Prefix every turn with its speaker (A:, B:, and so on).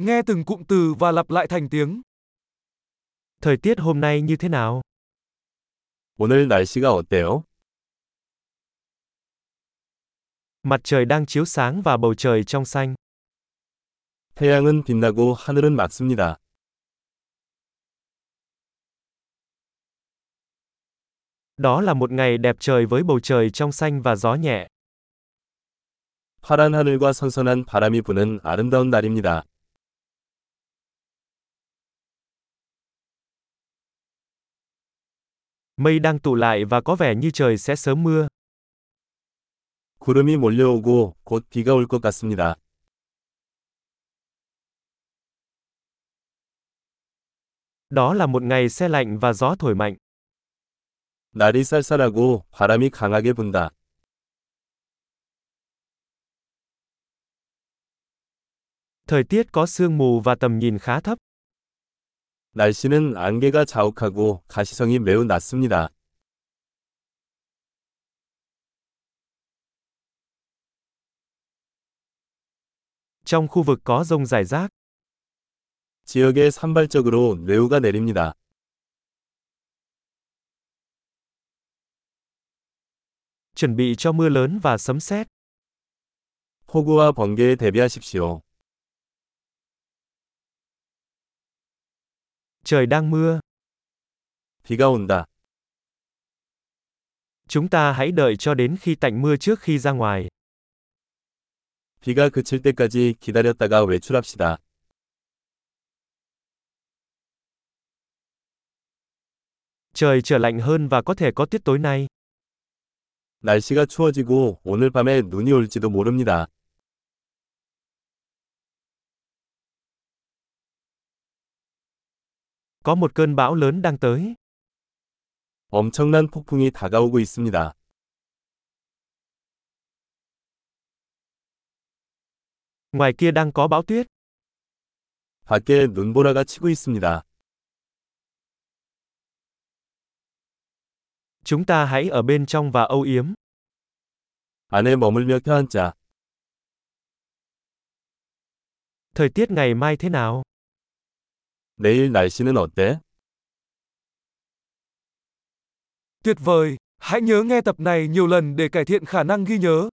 A: Nghe từng cụm từ và lặp lại thành tiếng.
B: Thời tiết hôm nay như thế nào?
C: 오늘 날씨가 어때요?
B: Mặt trời đang chiếu sáng và bầu trời trong xanh.
C: 태양은 빛나고 하늘은 맑습니다.
B: Đó là một ngày đẹp trời với bầu trời trong xanh và gió nhẹ.
C: 파란 하늘과 선선한 바람이 부는 아름다운 날입니다.
B: Mây đang tụ lại và có vẻ như trời sẽ sớm mưa.
C: 구름이 몰려오고 곧 비가 올 것 같습니다.
B: Đó là một ngày se lạnh và gió thổi mạnh.
C: 날이 쌀쌀하고 바람이 강하게 분다.
B: Thời tiết có sương mù và tầm nhìn khá thấp.
C: 날씨는 안개가 자욱하고 가시성이 매우 낮습니다.
B: Trong khu vực có rông rải rác.
C: 지역에 산발적으로 뇌우가 내립니다.
B: Chuẩn bị cho mưa lớn và sấm sét.
C: 폭우와 번개에 대비하십시오.
B: Trời đang mưa.
C: 비가 온다.
B: Chúng ta hãy đợi cho đến khi tạnh mưa trước khi ra ngoài.
C: 비가 그칠 때까지 기다렸다가 외출합시다.
B: Trời trở lạnh hơn và có thể có tuyết tối nay.
C: 날씨가 추워지고 오늘 밤에 눈이 올지도 모릅니다.
B: Có một cơn bão lớn đang tới.
C: 엄청난 폭풍이 다가오고 있습니다.
B: Ngoài kia đang có bão tuyết.
C: 밖에 눈보라가 치고 있습니다.
B: Chúng ta hãy ở bên trong và âu yếm.
C: 안에 머물며 펴앉자.
B: Thời tiết ngày mai thế nào?
C: 내일 날씨는 어때?
A: Tuyệt vời! Hãy nhớ nghe tập này nhiều lần để cải thiện khả năng ghi nhớ.